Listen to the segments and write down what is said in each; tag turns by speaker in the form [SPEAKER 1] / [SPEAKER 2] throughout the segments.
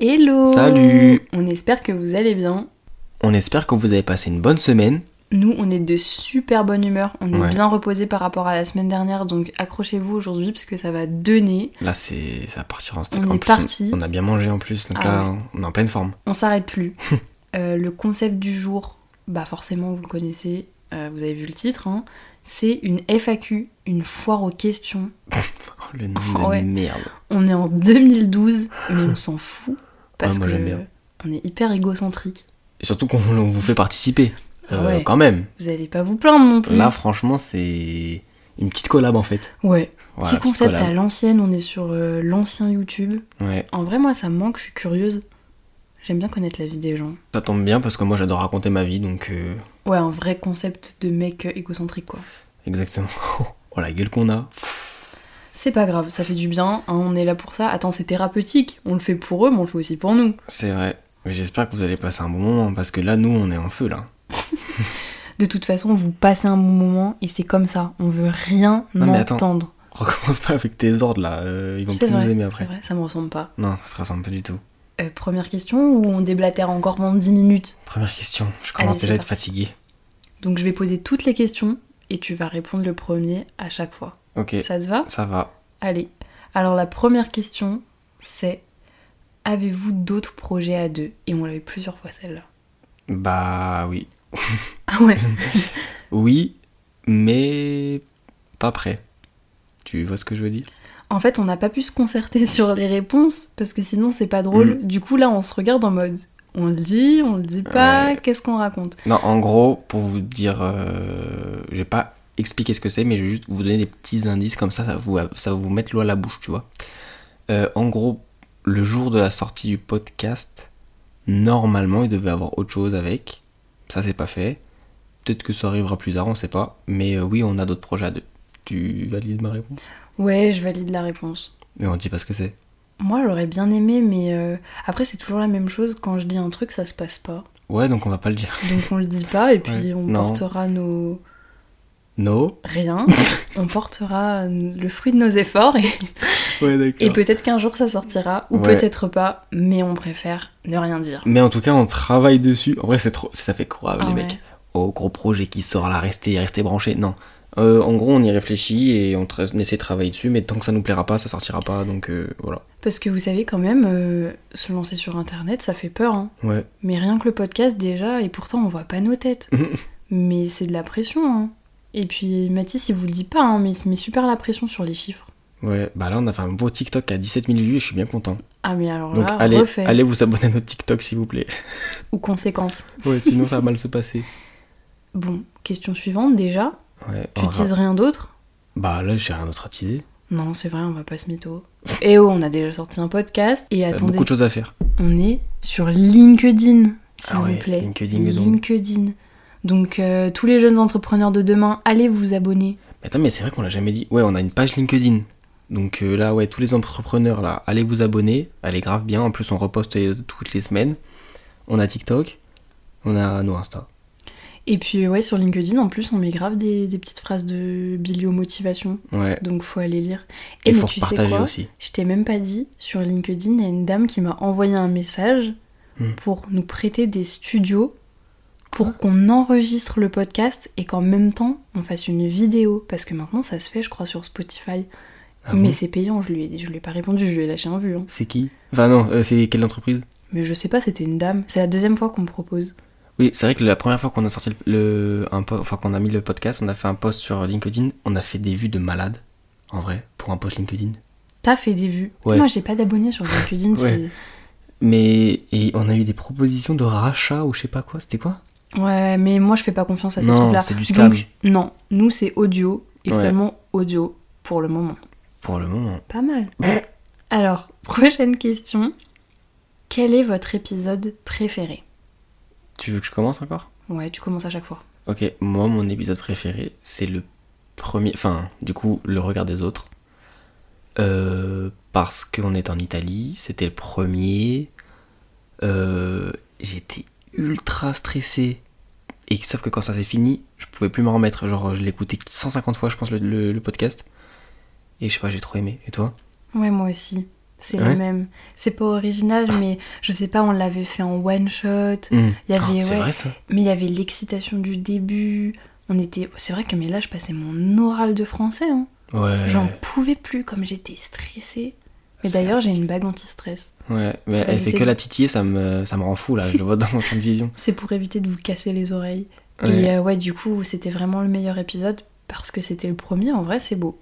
[SPEAKER 1] Hello
[SPEAKER 2] Salut
[SPEAKER 1] On espère que vous allez bien.
[SPEAKER 2] On espère que vous avez passé une bonne semaine.
[SPEAKER 1] Nous, on est de super bonne humeur, on est
[SPEAKER 2] Ouais.
[SPEAKER 1] bien reposé par rapport à la semaine dernière, donc accrochez-vous aujourd'hui parce que ça va donner.
[SPEAKER 2] Là, c'est ça va partir en steak.
[SPEAKER 1] On
[SPEAKER 2] en
[SPEAKER 1] est
[SPEAKER 2] plus,
[SPEAKER 1] parti.
[SPEAKER 2] On, on a bien mangé en plus, donc
[SPEAKER 1] Ah
[SPEAKER 2] là, on est en pleine forme.
[SPEAKER 1] On s'arrête plus. Euh, le concept du jour, bah forcément vous le connaissez, euh, vous avez vu le titre, hein, c'est une FAQ, une foire aux questions.
[SPEAKER 2] Oh, le nom
[SPEAKER 1] Ah
[SPEAKER 2] de
[SPEAKER 1] ouais.
[SPEAKER 2] merde.
[SPEAKER 1] On est en 2012, mais on s'en fout parce
[SPEAKER 2] Ah, moi,
[SPEAKER 1] que
[SPEAKER 2] j'aime bien.
[SPEAKER 1] on est hyper égocentrique.
[SPEAKER 2] Et surtout qu'on on vous fait participer.
[SPEAKER 1] Ah
[SPEAKER 2] Euh,
[SPEAKER 1] ouais.
[SPEAKER 2] Quand même.
[SPEAKER 1] Vous allez pas vous plaindre non plus.
[SPEAKER 2] Là, franchement, c'est une petite collab en fait.
[SPEAKER 1] ouais,
[SPEAKER 2] Voilà,
[SPEAKER 1] petit
[SPEAKER 2] petite
[SPEAKER 1] concept à
[SPEAKER 2] collab.
[SPEAKER 1] l'ancienne, on est sur euh, l'ancien YouTube.
[SPEAKER 2] Ouais.
[SPEAKER 1] En vrai, moi, ça me manque, je suis curieuse. J'aime bien connaître la vie des gens.
[SPEAKER 2] Ça tombe bien parce que moi, j'adore raconter ma vie, donc euh,
[SPEAKER 1] Ouais, un vrai concept de mec euh, égocentrique, quoi.
[SPEAKER 2] exactement. oh la gueule qu'on a.
[SPEAKER 1] C'est pas grave, ça fait du bien, hein, on est là pour ça. Attends, c'est thérapeutique, on le fait pour eux, mais on le fait aussi pour nous.
[SPEAKER 2] C'est vrai. Mais j'espère que vous allez passer un bon moment hein, parce que là, nous, on est en feu là.
[SPEAKER 1] De toute façon, vous passez un bon moment et c'est comme ça, on veut rien
[SPEAKER 2] Non, mais attends,
[SPEAKER 1] entendre.
[SPEAKER 2] Recommence pas avec tes ordres là, euh, ils vont
[SPEAKER 1] C'est
[SPEAKER 2] plus nous
[SPEAKER 1] vrai,
[SPEAKER 2] aimer
[SPEAKER 1] c'est
[SPEAKER 2] après.
[SPEAKER 1] vrai, ça me ressemble pas.
[SPEAKER 2] Non, ça se ressemble pas du tout.
[SPEAKER 1] Euh, première question, ou on déblatère encore pendant 10 minutes
[SPEAKER 2] Première question, je commence
[SPEAKER 1] Allez, c'est
[SPEAKER 2] déjà à être
[SPEAKER 1] parti.
[SPEAKER 2] fatigué.
[SPEAKER 1] Donc je vais poser toutes les questions et tu vas répondre le premier à chaque fois.
[SPEAKER 2] Ok,
[SPEAKER 1] Ça te va
[SPEAKER 2] ça va.
[SPEAKER 1] Allez, alors la première question, c'est avez-vous d'autres projets à deux Et on l'a eu plusieurs fois celle-là.
[SPEAKER 2] Bah oui.
[SPEAKER 1] Ah ouais,
[SPEAKER 2] Oui, mais pas prêt. Tu vois ce que je veux dire
[SPEAKER 1] en fait, on n'a pas pu se concerter sur les réponses parce que sinon c'est pas drôle.
[SPEAKER 2] Mm.
[SPEAKER 1] Du coup, là, on se regarde en mode on le dit, on le dit pas,
[SPEAKER 2] Ouais.
[SPEAKER 1] qu'est-ce qu'on raconte
[SPEAKER 2] Non, en gros, pour vous dire, euh, j'ai pas expliqué ce que c'est, mais je vais juste vous donner des petits indices comme ça, ça vous, ça va vous mettre l'eau à la bouche, tu vois. Euh, en gros, le jour de la sortie du podcast, normalement, il devait avoir autre chose avec. Ça, c'est pas fait. Peut-être que ça arrivera plus tard, on sait pas. Mais euh, oui, on a d'autres projets à deux. Tu valides ma réponse
[SPEAKER 1] Ouais, je valide la réponse.
[SPEAKER 2] Mais on dit pas ce que c'est.
[SPEAKER 1] Moi, j'aurais bien aimé, mais euh, après, c'est toujours la même chose. Quand je dis un truc, ça se passe pas.
[SPEAKER 2] Ouais, donc on va pas le dire.
[SPEAKER 1] Donc on le dit pas et puis
[SPEAKER 2] Ouais.
[SPEAKER 1] on
[SPEAKER 2] Non.
[SPEAKER 1] portera nos.
[SPEAKER 2] No
[SPEAKER 1] Rien. on portera le fruit de nos efforts et
[SPEAKER 2] Ouais, d'accord.
[SPEAKER 1] Et peut-être qu'un jour ça sortira, ou
[SPEAKER 2] Ouais.
[SPEAKER 1] peut-être pas, mais on préfère ne rien dire.
[SPEAKER 2] Mais en tout cas, on travaille dessus. En vrai, c'est trop. Ça fait courage,
[SPEAKER 1] Ah
[SPEAKER 2] les
[SPEAKER 1] ouais.
[SPEAKER 2] mecs. Oh, gros projet qui sort là, restez, restez branchés. Non. Euh, en gros, on y réfléchit et on, tra- on essaie de travailler dessus, mais tant que ça nous plaira pas, ça sortira pas, donc euh, voilà.
[SPEAKER 1] Parce que vous savez quand même, euh, se lancer sur internet ça fait peur, hein.
[SPEAKER 2] Ouais.
[SPEAKER 1] Mais rien que le podcast déjà, et pourtant on voit pas nos têtes. mais c'est de la pression, hein. Et puis Mathis il vous le dit pas, hein, mais il se met super la pression sur les chiffres.
[SPEAKER 2] Ouais, bah là, on a fait un beau TikTok à 17 000 vues et je suis bien content.
[SPEAKER 1] Ah mais alors
[SPEAKER 2] Donc
[SPEAKER 1] là,
[SPEAKER 2] allez,
[SPEAKER 1] refait.
[SPEAKER 2] allez vous abonner à notre TikTok, s'il vous plaît.
[SPEAKER 1] Ou conséquence.
[SPEAKER 2] Ouais, sinon ça va mal se passer.
[SPEAKER 1] Bon, question suivante déjà.
[SPEAKER 2] Ouais,
[SPEAKER 1] Tu
[SPEAKER 2] on ra-
[SPEAKER 1] teases rien d'autre
[SPEAKER 2] Bah là, j'ai rien d'autre à teaser.
[SPEAKER 1] Non, c'est vrai, on va pas se mytho. Eh oh, on a déjà sorti un podcast, et
[SPEAKER 2] T'as
[SPEAKER 1] attendez,
[SPEAKER 2] Euh, beaucoup de choses à faire.
[SPEAKER 1] On est sur LinkedIn, s'il
[SPEAKER 2] Ah ouais,
[SPEAKER 1] vous plaît.
[SPEAKER 2] LinkedIn, donc.
[SPEAKER 1] LinkedIn. Donc, euh, tous les jeunes entrepreneurs de demain, allez vous abonner.
[SPEAKER 2] Mais attends, mais c'est vrai qu'on l'a jamais dit. Ouais, on a une page LinkedIn. Donc euh, là, ouais, tous les entrepreneurs, là, allez vous abonner. Elle est grave bien. En plus, on reposte euh, toutes les semaines. On a TikTok. On a nos Insta.
[SPEAKER 1] Et puis, ouais, sur LinkedIn, en plus, on met grave des, des petites phrases de bibliomotivation.
[SPEAKER 2] Ouais.
[SPEAKER 1] Donc, faut aller lire.
[SPEAKER 2] Et,
[SPEAKER 1] Et, mais
[SPEAKER 2] faut
[SPEAKER 1] tu sais
[SPEAKER 2] partager
[SPEAKER 1] quoi
[SPEAKER 2] aussi.
[SPEAKER 1] Je t'ai même pas dit, sur LinkedIn, il y a une dame qui m'a envoyé un message
[SPEAKER 2] Hmm. Ah.
[SPEAKER 1] pour nous prêter des studios pour qu'on enregistre le podcast et qu'en même temps, on fasse une vidéo. Parce que maintenant, ça se fait, je crois, sur Spotify.
[SPEAKER 2] Ah
[SPEAKER 1] mais
[SPEAKER 2] bon
[SPEAKER 1] c'est payant, je lui, ai, je lui ai pas répondu, je lui ai lâché un vu. hein.
[SPEAKER 2] c'est qui Enfin, non, euh, c'est quelle entreprise
[SPEAKER 1] Mais je sais pas, c'était une dame. C'est la deuxième fois qu'on me propose.
[SPEAKER 2] Oui, c'est vrai que la première fois qu'on a sorti le, le- un po- enfin qu'on a mis le podcast, on a fait un post sur LinkedIn, on a fait des vues de malade, en vrai, pour un post LinkedIn.
[SPEAKER 1] T'as fait des vues.
[SPEAKER 2] Ouais.
[SPEAKER 1] Moi, j'ai pas d'abonnés sur LinkedIn. c'est-
[SPEAKER 2] Mais et on a eu des propositions de rachat ou je sais pas quoi. C'était quoi
[SPEAKER 1] Ouais, mais moi, je fais pas confiance à ces
[SPEAKER 2] Non,
[SPEAKER 1] trucs-là.
[SPEAKER 2] c'est du scam.
[SPEAKER 1] Donc, non, nous, c'est audio et
[SPEAKER 2] Ouais.
[SPEAKER 1] seulement audio pour le moment.
[SPEAKER 2] Pour le moment.
[SPEAKER 1] Pas mal. Alors, prochaine question. Quel est votre épisode préféré
[SPEAKER 2] Tu veux que je commence encore
[SPEAKER 1] Ouais, tu commences à chaque fois.
[SPEAKER 2] Ok, moi mon épisode préféré, c'est le premier, enfin du coup le regard des autres. Euh, parce qu'on est en Italie, c'était le premier. Euh, J'étais ultra stressé. Et sauf que quand ça s'est fini, je pouvais plus m'en remettre. Genre je l'écoutais 150 fois je pense le, le- le podcast. Et je sais pas, j'ai trop aimé. Et toi
[SPEAKER 1] Ouais, moi aussi. c'est
[SPEAKER 2] Ouais.
[SPEAKER 1] la même. C'est pas original, mais je sais pas, on l'avait fait en one shot.
[SPEAKER 2] Hmm.
[SPEAKER 1] Il y
[SPEAKER 2] Oh,
[SPEAKER 1] avait,
[SPEAKER 2] c'est
[SPEAKER 1] ouais,
[SPEAKER 2] vrai ça
[SPEAKER 1] mais il y avait l'excitation du début. On était, c'est vrai que mais là, je passais mon oral de français. hein.
[SPEAKER 2] Ouais. Ah,
[SPEAKER 1] J'en pouvais plus, comme j'étais stressée. Mais
[SPEAKER 2] C'est-
[SPEAKER 1] d'ailleurs, j'ai une bague anti-stress.
[SPEAKER 2] Ouais, mais elle fait
[SPEAKER 1] éviter
[SPEAKER 2] que
[SPEAKER 1] de-
[SPEAKER 2] la titiller, ça me, ça me rend fou là, je le vois dans mon champ de vision.
[SPEAKER 1] C'est pour éviter de vous casser les oreilles.
[SPEAKER 2] Ouais,
[SPEAKER 1] Et euh, ouais, du coup, c'était vraiment le meilleur épisode parce que c'était le premier. En vrai, c'est beau.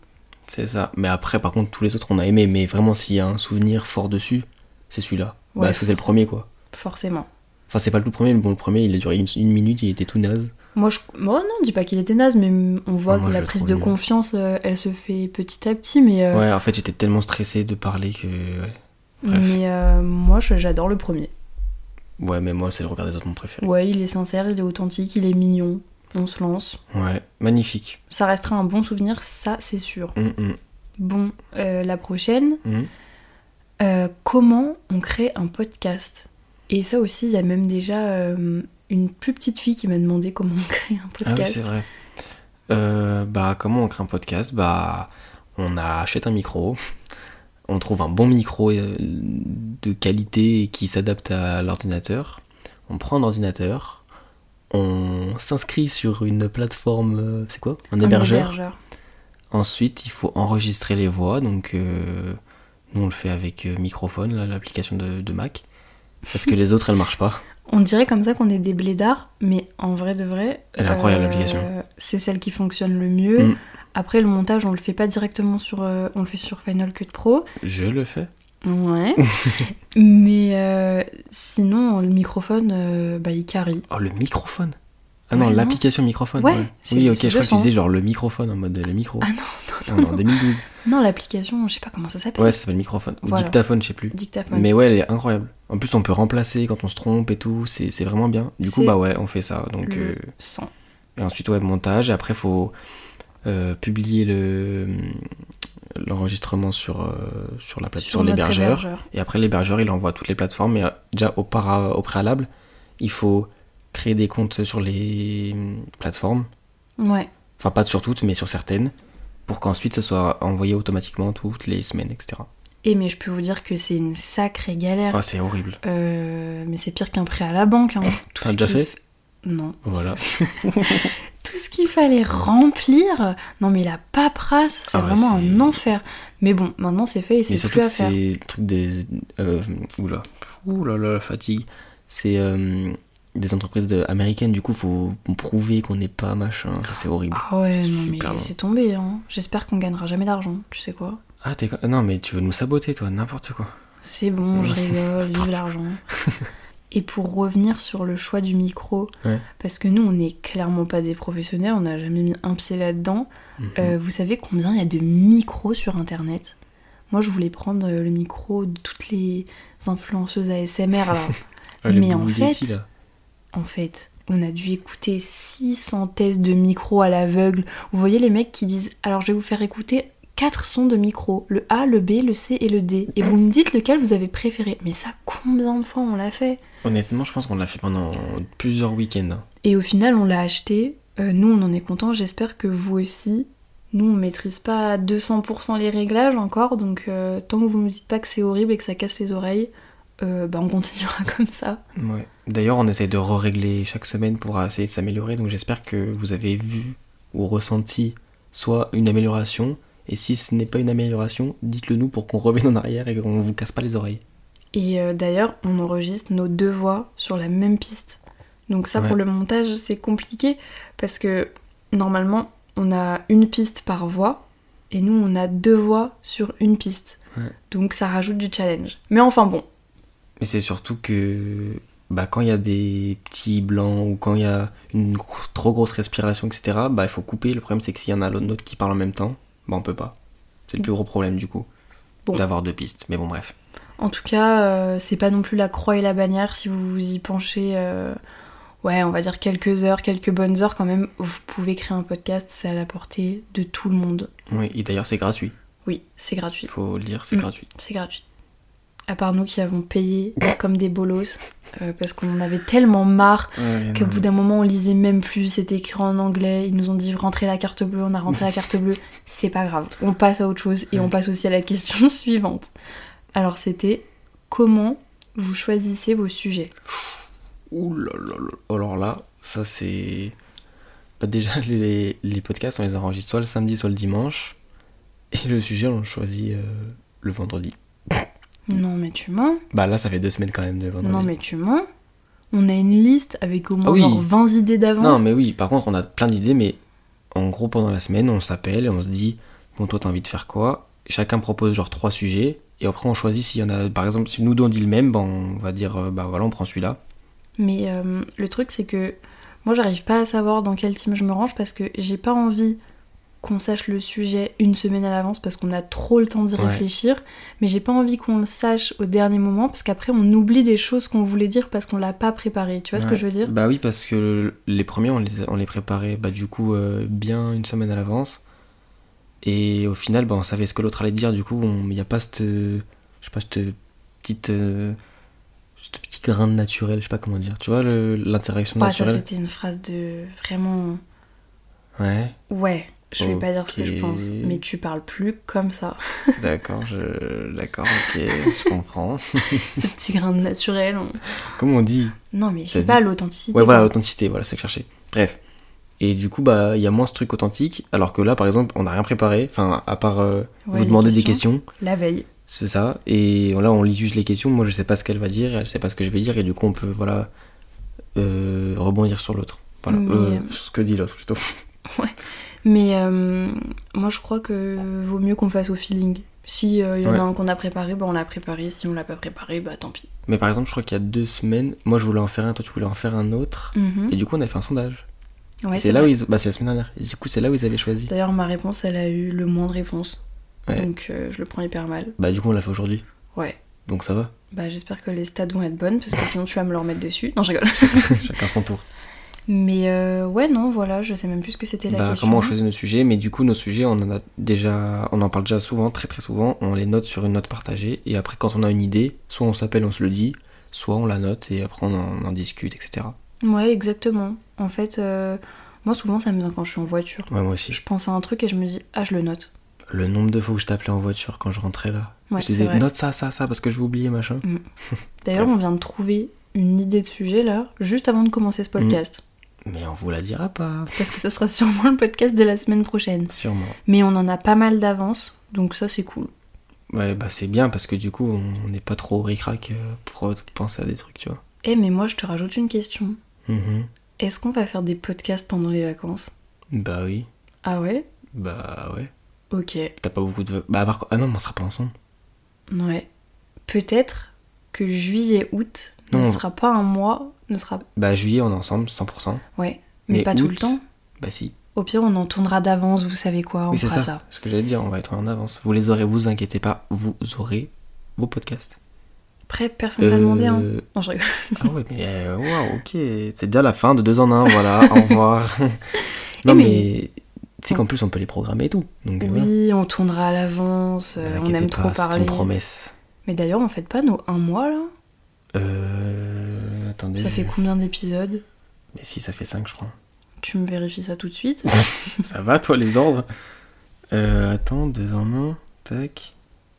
[SPEAKER 2] C'est ça. Mais après, par contre, tous les autres on a aimé, mais vraiment s'il y a un souvenir fort dessus, c'est celui-là.
[SPEAKER 1] Ouais,
[SPEAKER 2] bah, parce que c'est le premier quoi.
[SPEAKER 1] Forcément.
[SPEAKER 2] Enfin, c'est pas le tout premier, mais bon, le premier il a duré une, une minute, il était tout naze.
[SPEAKER 1] Moi, je... moi, non, dis pas qu'il était naze, mais mm, on voit
[SPEAKER 2] Ah, moi,
[SPEAKER 1] que
[SPEAKER 2] je
[SPEAKER 1] la
[SPEAKER 2] le
[SPEAKER 1] prise
[SPEAKER 2] trouve
[SPEAKER 1] de
[SPEAKER 2] nul.
[SPEAKER 1] confiance, euh, elle se fait petit à petit, mais, euh,
[SPEAKER 2] Ouais, en fait, j'étais tellement stressé de parler que. Ouais, bref.
[SPEAKER 1] mais euh, moi, je- j'adore le premier.
[SPEAKER 2] Ouais, mais moi, c'est le regard des autres mon préféré.
[SPEAKER 1] Ouais, il est sincère, il est authentique, il est mignon. On se lance.
[SPEAKER 2] Ouais, magnifique.
[SPEAKER 1] Ça restera un bon souvenir, ça, c'est sûr.
[SPEAKER 2] Hum, hum,
[SPEAKER 1] Bon, euh, la prochaine,
[SPEAKER 2] hum.
[SPEAKER 1] euh, comment on crée un podcast Et ça aussi, il y a même déjà euh, une plus petite fille qui m'a demandé comment on crée un
[SPEAKER 2] Ah oui,
[SPEAKER 1] podcast.
[SPEAKER 2] c'est vrai. Euh, bah, comment on crée un podcast Bah, on achète un micro, on trouve un bon micro euh, de qualité et qui s'adapte à l'ordinateur. On prend un ordinateur, on s'inscrit sur une plateforme, euh, c'est quoi Un
[SPEAKER 1] Un
[SPEAKER 2] hébergeur.
[SPEAKER 1] hébergeur.
[SPEAKER 2] Ensuite, il faut enregistrer les voix, donc euh, nous on le fait avec euh, microphone, là, l'application de, de Mac, parce que les autres elles marchent pas.
[SPEAKER 1] On dirait comme ça qu'on est des blédards, mais en vrai de vrai. euh,
[SPEAKER 2] Elle est incroyable, l'application.
[SPEAKER 1] C'est celle qui fonctionne le mieux.
[SPEAKER 2] Mm.
[SPEAKER 1] Après, le montage, on le fait pas directement sur. euh, on le fait sur Final Cut Pro.
[SPEAKER 2] Je le fais.
[SPEAKER 1] Ouais. mais euh, sinon, le microphone, euh, bah, il carie.
[SPEAKER 2] Oh, le microphone Ah non,
[SPEAKER 1] Ouais, non.
[SPEAKER 2] l'application microphone.
[SPEAKER 1] Ouais,
[SPEAKER 2] ouais.
[SPEAKER 1] c'est-
[SPEAKER 2] Oui, ok,
[SPEAKER 1] c'est
[SPEAKER 2] je crois que tu
[SPEAKER 1] méchant.
[SPEAKER 2] disais genre le microphone en mode euh, le micro.
[SPEAKER 1] Ah non, non,
[SPEAKER 2] on est
[SPEAKER 1] non.
[SPEAKER 2] en
[SPEAKER 1] Non,
[SPEAKER 2] 2012.
[SPEAKER 1] Non, l'application, je sais pas comment ça s'appelle.
[SPEAKER 2] Ouais, ça s'appelle microphone. Ou
[SPEAKER 1] Voilà.
[SPEAKER 2] dictaphone, je sais plus.
[SPEAKER 1] Dictaphone.
[SPEAKER 2] Mais ouais, elle est incroyable. En plus, on peut remplacer quand on se trompe et tout, c'est c'est vraiment bien. Du coup,
[SPEAKER 1] C'est Mm.
[SPEAKER 2] bah ouais, on fait ça. Donc,
[SPEAKER 1] Le
[SPEAKER 2] euh,
[SPEAKER 1] son.
[SPEAKER 2] et ensuite, ouais, montage. Et après, faut euh, publier le euh, l'enregistrement sur, euh, sur la plate- sur
[SPEAKER 1] notre
[SPEAKER 2] l'hébergeur. Et après, l'hébergeur, il envoie à toutes les plateformes. Mais euh, déjà, au, para- au préalable, il faut créer des comptes sur les hum, plateformes.
[SPEAKER 1] Ouais.
[SPEAKER 2] Enfin, pas sur toutes, mais sur certaines. Pour qu'ensuite, ce soit envoyé automatiquement toutes les semaines, etc.
[SPEAKER 1] Et mais je peux vous dire que c'est une sacrée galère.
[SPEAKER 2] Oh, c'est horrible.
[SPEAKER 1] Euh, mais c'est pire qu'un prêt à la banque. Hein. Tout
[SPEAKER 2] Ah, T'as
[SPEAKER 1] ce
[SPEAKER 2] déjà
[SPEAKER 1] qui-
[SPEAKER 2] fait
[SPEAKER 1] Non.
[SPEAKER 2] Voilà.
[SPEAKER 1] tout ce qu'il fallait remplir. Non mais la paperasse, c'est
[SPEAKER 2] Ah ouais,
[SPEAKER 1] vraiment
[SPEAKER 2] c'est-
[SPEAKER 1] un enfer. Mais bon, maintenant c'est fait et
[SPEAKER 2] Mais
[SPEAKER 1] c'est
[SPEAKER 2] surtout
[SPEAKER 1] plus
[SPEAKER 2] que
[SPEAKER 1] à faire.
[SPEAKER 2] c'est le truc des. Euh, oula. Oula la fatigue. C'est euh, des entreprises de- américaines, du coup, faut prouver qu'on n'est pas machin. Enfin, c'est horrible.
[SPEAKER 1] Ah ouais,
[SPEAKER 2] c'est
[SPEAKER 1] non mais
[SPEAKER 2] super long.
[SPEAKER 1] c'est tombé. Hein. J'espère qu'on gagnera jamais d'argent, tu sais quoi.
[SPEAKER 2] Ah, t'es. Non, mais tu veux nous saboter, toi, n'importe quoi.
[SPEAKER 1] C'est bon, je rigole, vive
[SPEAKER 2] N'importe
[SPEAKER 1] l'argent. Et pour revenir sur le choix du micro,
[SPEAKER 2] Ouais.
[SPEAKER 1] parce que nous on n'est clairement pas des professionnels, on n'a jamais mis un pied là-dedans.
[SPEAKER 2] Mhm.
[SPEAKER 1] Euh, vous savez combien il y a de micros sur internet Moi je voulais prendre euh, le micro de toutes les influenceuses ASMR là.
[SPEAKER 2] Ah, le
[SPEAKER 1] mais en
[SPEAKER 2] Bugatti,
[SPEAKER 1] fait-
[SPEAKER 2] là.
[SPEAKER 1] En fait, on a dû écouter 600 tests de micro à l'aveugle. Vous voyez les mecs qui disent Alors je vais vous faire écouter quatre sons de micro le A, le B, le C et le D. Et vous me dites lequel vous avez préféré. Mais ça, combien de fois on l'a fait
[SPEAKER 2] Honnêtement, je pense qu'on l'a fait pendant plusieurs week-ends. hein.
[SPEAKER 1] Et au final, on l'a acheté. Euh, nous, on en est content. J'espère que vous aussi. Nous, on maîtrise pas à 200% les réglages encore. Donc, euh, tant que vous ne nous dites pas que c'est horrible et que ça casse les oreilles, euh, bah, on continuera comme ça.
[SPEAKER 2] Ouais. D'ailleurs, on essaie de régler chaque semaine pour essayer de s'améliorer, donc j'espère que vous avez vu ou ressenti soit une amélioration, et si ce n'est pas une amélioration, dites-le nous pour qu'on revienne en arrière et qu'on vous casse pas les oreilles.
[SPEAKER 1] Et euh, d'ailleurs, on enregistre nos deux voix sur la même piste. Donc ça,
[SPEAKER 2] Ouais.
[SPEAKER 1] pour le montage, c'est compliqué parce que normalement, on a une piste par voix et nous, on a deux voix sur une piste.
[SPEAKER 2] Ouais.
[SPEAKER 1] Donc ça rajoute du challenge. Mais enfin bon,
[SPEAKER 2] Mais c'est surtout que bah, quand il y a des petits blancs ou quand il y a une gro- trop grosse respiration, etc., bah, il faut couper. Le problème, c'est que s'il y en a l'autre l'autre qui parle en même temps, bah, on peut pas. C'est le plus gros problème du coup,
[SPEAKER 1] Bon.
[SPEAKER 2] d'avoir deux pistes. Mais bon, bref.
[SPEAKER 1] en tout cas, euh, c'est pas non plus la croix et la bannière si vous vous y penchez. euh, Ouais, on va dire quelques heures, quelques bonnes heures quand même. Vous pouvez créer un podcast, c'est à la portée de tout le monde.
[SPEAKER 2] Oui, et d'ailleurs, c'est gratuit.
[SPEAKER 1] Oui, c'est gratuit.
[SPEAKER 2] Il faut le dire, c'est
[SPEAKER 1] Mm.
[SPEAKER 2] gratuit.
[SPEAKER 1] C'est gratuit. À part nous qui avons payé comme des bolos, euh, parce qu'on en avait tellement marre
[SPEAKER 2] Mm.
[SPEAKER 1] qu'au bout d'un moment on lisait même plus, c'était écrit en anglais, ils nous ont dit rentrez la carte bleue, on a rentré la carte bleue, c'est pas grave, on passe à autre chose et on passe aussi à la question suivante. Alors c'était comment vous choisissez vos sujets.
[SPEAKER 2] Ouh là là là. Alors là, ça c'est. Bah, déjà, les, les podcasts, on les enregistre soit le samedi, soit le dimanche. Et le sujet, on le choisit euh, le vendredi. Mm.
[SPEAKER 1] Non mais tu mens.
[SPEAKER 2] Bah là, ça fait deux semaines quand même de vendredi.
[SPEAKER 1] Non mais tu mens. On a une liste avec au moins
[SPEAKER 2] Ah oui.
[SPEAKER 1] genre 20 idées d'avance.
[SPEAKER 2] Non, mais oui, par contre, on a plein d'idées, mais en gros, pendant la semaine, on s'appelle et on se dit Bon, toi, t'as envie de faire quoi Chacun propose genre trois sujets, et après, on choisit s'il y en a. Par exemple, si nous deux on dit le même, ben, on va dire euh, Bah voilà, on prend celui-là.
[SPEAKER 1] Mais euh, le truc, c'est que moi, j'arrive pas à savoir dans quel team je me range parce que j'ai pas envie qu'on sache le sujet une semaine à l'avance parce qu'on a trop le temps d'y
[SPEAKER 2] Ouais.
[SPEAKER 1] réfléchir. Mais j'ai pas envie qu'on le sache au dernier moment parce qu'après, on oublie des choses qu'on voulait dire parce qu'on l'a pas préparé. Tu vois ce que
[SPEAKER 2] Ouais.
[SPEAKER 1] je veux dire
[SPEAKER 2] Bah oui, parce que le- les premiers, on les, on les préparait bah, du coup euh, bien une semaine à l'avance. Et au final, bah, on savait ce que l'autre allait dire, du coup, on- il n'y a pas cette. euh, Je sais pas, cette petite. euh, ce petit grain de naturel, je sais pas comment dire. Tu vois, le- l'interaction
[SPEAKER 1] Ah, ça,
[SPEAKER 2] naturelle
[SPEAKER 1] c'était une phrase de vraiment.
[SPEAKER 2] Ouais,
[SPEAKER 1] Ouais, je vais pas dire ce que je
[SPEAKER 2] Ok.
[SPEAKER 1] pense, mais tu parles plus comme ça.
[SPEAKER 2] d'accord, je. D'accord, ok, je comprends.
[SPEAKER 1] ce petit grain de naturel. on-
[SPEAKER 2] Comment on dit
[SPEAKER 1] Non, mais je sais
[SPEAKER 2] Ça
[SPEAKER 1] pas,
[SPEAKER 2] dit-
[SPEAKER 1] l'authenticité.
[SPEAKER 2] Ouais, voilà,
[SPEAKER 1] quoi.
[SPEAKER 2] l'authenticité, voilà, c'est que chercher. Bref. Et du coup, bah, il y a moins ce truc authentique, alors que là, par exemple, on n'a rien préparé, enfin, à part euh,
[SPEAKER 1] Ouais,
[SPEAKER 2] vous
[SPEAKER 1] les
[SPEAKER 2] demander des
[SPEAKER 1] questions.
[SPEAKER 2] questions.
[SPEAKER 1] La veille.
[SPEAKER 2] C'est ça. Et là, on lit juste les questions. Moi, je sais pas ce qu'elle va dire, elle sait pas ce que je vais dire, et du coup, on peut voilà euh, rebondir sur l'autre. Voilà.
[SPEAKER 1] Mais-
[SPEAKER 2] Euh, sur ce que dit l'autre plutôt.
[SPEAKER 1] Mais euh, moi, je crois que vaut mieux qu'on fasse au feeling. Si euh, il y en
[SPEAKER 2] Ouais.
[SPEAKER 1] a un qu'on a préparé, bah on l'a préparé. Si on l'a pas préparé, bah tant pis.
[SPEAKER 2] Mais par exemple, je crois qu'il y a deux semaines, moi, je voulais en faire un, toi, tu voulais en faire un autre.
[SPEAKER 1] Mhm.
[SPEAKER 2] Et du coup, on a fait un sondage.
[SPEAKER 1] Ouais,
[SPEAKER 2] c'est là
[SPEAKER 1] vrai.
[SPEAKER 2] où ils... bah, c'est la semaine dernière. Et du coup, c'est là où ils avaient choisi.
[SPEAKER 1] D'ailleurs, ma réponse, elle a eu le moins de réponses.
[SPEAKER 2] Ouais.
[SPEAKER 1] Donc euh, je le prends hyper mal.
[SPEAKER 2] Bah, du coup, on l'a fait aujourd'hui.
[SPEAKER 1] Ouais.
[SPEAKER 2] Donc ça va.
[SPEAKER 1] Bah j'espère que les stats vont être bonnes parce que sinon tu vas me le remettre dessus. Non, je rigole.
[SPEAKER 2] Chacun son tour.
[SPEAKER 1] Mais euh, ouais, non, voilà, je sais même plus ce que c'était la
[SPEAKER 2] Bah,
[SPEAKER 1] question.
[SPEAKER 2] comment on choisit nos sujets Mais du coup, nos sujets, on en a déjà, on en parle déjà souvent, très très souvent. On les note sur une note partagée. Et après, quand on a une idée, soit on s'appelle, on se le dit, soit on la note et après on en, on en discute, etc.
[SPEAKER 1] Ouais, exactement. En fait, euh, moi souvent ça me vient quand je suis en voiture.
[SPEAKER 2] Ouais, moi aussi.
[SPEAKER 1] Je pense à un truc et je me dis ah je le note.
[SPEAKER 2] Le nombre de fois où je t'appelais en voiture quand je rentrais là.
[SPEAKER 1] Ouais,
[SPEAKER 2] je
[SPEAKER 1] c'est vrai.
[SPEAKER 2] disais, note ça, ça, ça, parce que je vais oublier, machin.
[SPEAKER 1] D'ailleurs,
[SPEAKER 2] Bref.
[SPEAKER 1] on vient de trouver une idée de sujet là, juste avant de commencer ce podcast.
[SPEAKER 2] Mm. Mais on vous la dira pas.
[SPEAKER 1] Parce que ça sera sûrement le podcast de la semaine prochaine.
[SPEAKER 2] Sûrement.
[SPEAKER 1] Mais on en a pas mal d'avance, donc ça c'est cool.
[SPEAKER 2] Ouais, bah c'est bien parce que du coup, on n'est pas trop ric-rac euh, pour penser à des trucs, tu vois.
[SPEAKER 1] Eh mais moi je te rajoute une question.
[SPEAKER 2] Mhm.
[SPEAKER 1] Est-ce qu'on va faire des podcasts pendant les vacances
[SPEAKER 2] Bah oui.
[SPEAKER 1] Ah ouais
[SPEAKER 2] Bah ouais.
[SPEAKER 1] Ok,
[SPEAKER 2] T'as pas beaucoup de. Bah à part. Ah non, mais on sera pas ensemble.
[SPEAKER 1] ouais. Peut-être que juillet-août ne
[SPEAKER 2] Non.
[SPEAKER 1] sera pas un mois, ne sera...
[SPEAKER 2] Bah juillet, on est ensemble, 100%.
[SPEAKER 1] Ouais, mais,
[SPEAKER 2] Mais
[SPEAKER 1] pas tout le
[SPEAKER 2] août,
[SPEAKER 1] temps.
[SPEAKER 2] Bah si.
[SPEAKER 1] Au pire, on en tournera d'avance, vous savez quoi, on
[SPEAKER 2] oui, c'est
[SPEAKER 1] fera
[SPEAKER 2] ça.
[SPEAKER 1] ça.
[SPEAKER 2] Ce que j'allais dire, on va être en avance. Vous les aurez, vous inquiétez pas, vous aurez vos podcasts.
[SPEAKER 1] Après, personne t'a demandé, hein
[SPEAKER 2] Euh,
[SPEAKER 1] Non, je rigole.
[SPEAKER 2] Ah ouais, mais euh, waouh, ok. C'est déjà la fin de deux en un, voilà, au revoir.
[SPEAKER 1] Eh
[SPEAKER 2] non, mais,
[SPEAKER 1] mais-
[SPEAKER 2] c'est qu'en plus, on peut les programmer et tout. Donc, euh, voilà.
[SPEAKER 1] Oui, on tournera à l'avance,
[SPEAKER 2] Vous
[SPEAKER 1] euh, on
[SPEAKER 2] inquiétez
[SPEAKER 1] aime
[SPEAKER 2] pas,
[SPEAKER 1] trop
[SPEAKER 2] C'est
[SPEAKER 1] parler.
[SPEAKER 2] une promesse.
[SPEAKER 1] Mais d'ailleurs, on fait pas nos un mois là
[SPEAKER 2] Euh. Attendez.
[SPEAKER 1] Ça
[SPEAKER 2] je-
[SPEAKER 1] fait combien d'épisodes
[SPEAKER 2] Mais si, ça fait 5, je crois.
[SPEAKER 1] Tu me vérifies ça tout de suite
[SPEAKER 2] ça va, toi, les ordres Euh. Attends, deux en un, tac.